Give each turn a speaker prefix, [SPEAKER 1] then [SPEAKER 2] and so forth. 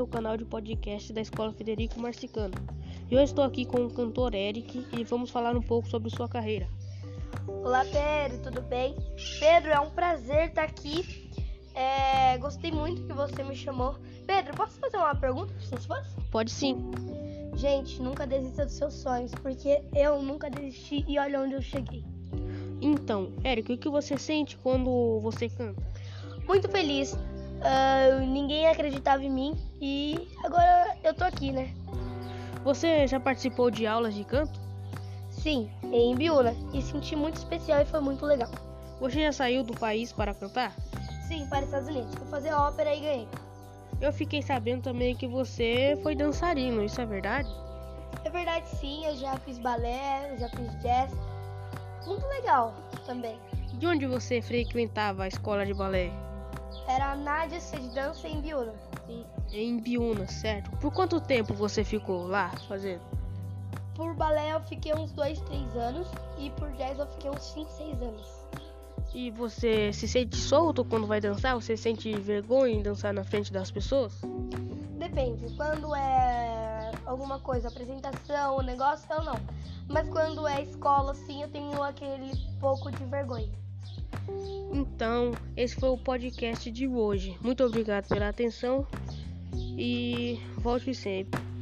[SPEAKER 1] o canal de podcast da Escola Federico Marcicano. Eu estou aqui com o cantor Eric e vamos falar um pouco sobre sua carreira.
[SPEAKER 2] Olá, Pedro, tudo bem? Pedro, é um prazer estar aqui. É, gostei muito que você me chamou. Pedro, posso fazer uma pergunta para seus fãs?
[SPEAKER 1] Pode sim.
[SPEAKER 2] Gente, nunca desista dos seus sonhos, porque eu nunca desisti e olha onde eu cheguei.
[SPEAKER 1] Então, Eric, o que você sente quando você canta?
[SPEAKER 2] Muito feliz. Ah, ninguém acreditava em mim e agora eu tô aqui, né?
[SPEAKER 1] Você já participou de aulas de canto?
[SPEAKER 2] Sim, em Biúna. E senti muito especial e foi muito legal.
[SPEAKER 1] Você já saiu do país para cantar?
[SPEAKER 2] Sim, para os Estados Unidos. Fui fazer ópera e ganhei.
[SPEAKER 1] Eu fiquei sabendo também que você foi dançarino, isso é verdade?
[SPEAKER 2] É verdade, sim, eu já fiz balé, eu já fiz jazz. Muito legal também.
[SPEAKER 1] De onde você frequentava a escola de balé?
[SPEAKER 2] Era a Nádia C de dança em Biúna.
[SPEAKER 1] Em Biúna, certo? Por quanto tempo você ficou lá fazendo?
[SPEAKER 2] Por balé eu fiquei uns 2, 3 anos e por jazz eu fiquei uns 5, 6 anos.
[SPEAKER 1] E você se sente solto quando vai dançar? Você sente vergonha em dançar na frente das pessoas?
[SPEAKER 2] Depende, quando é alguma coisa, apresentação, um negócio, eu não. Mas quando é escola, assim, eu tenho aquele pouco de vergonha.
[SPEAKER 1] Então, esse foi o podcast de hoje. Muito obrigado pela atenção e volte sempre.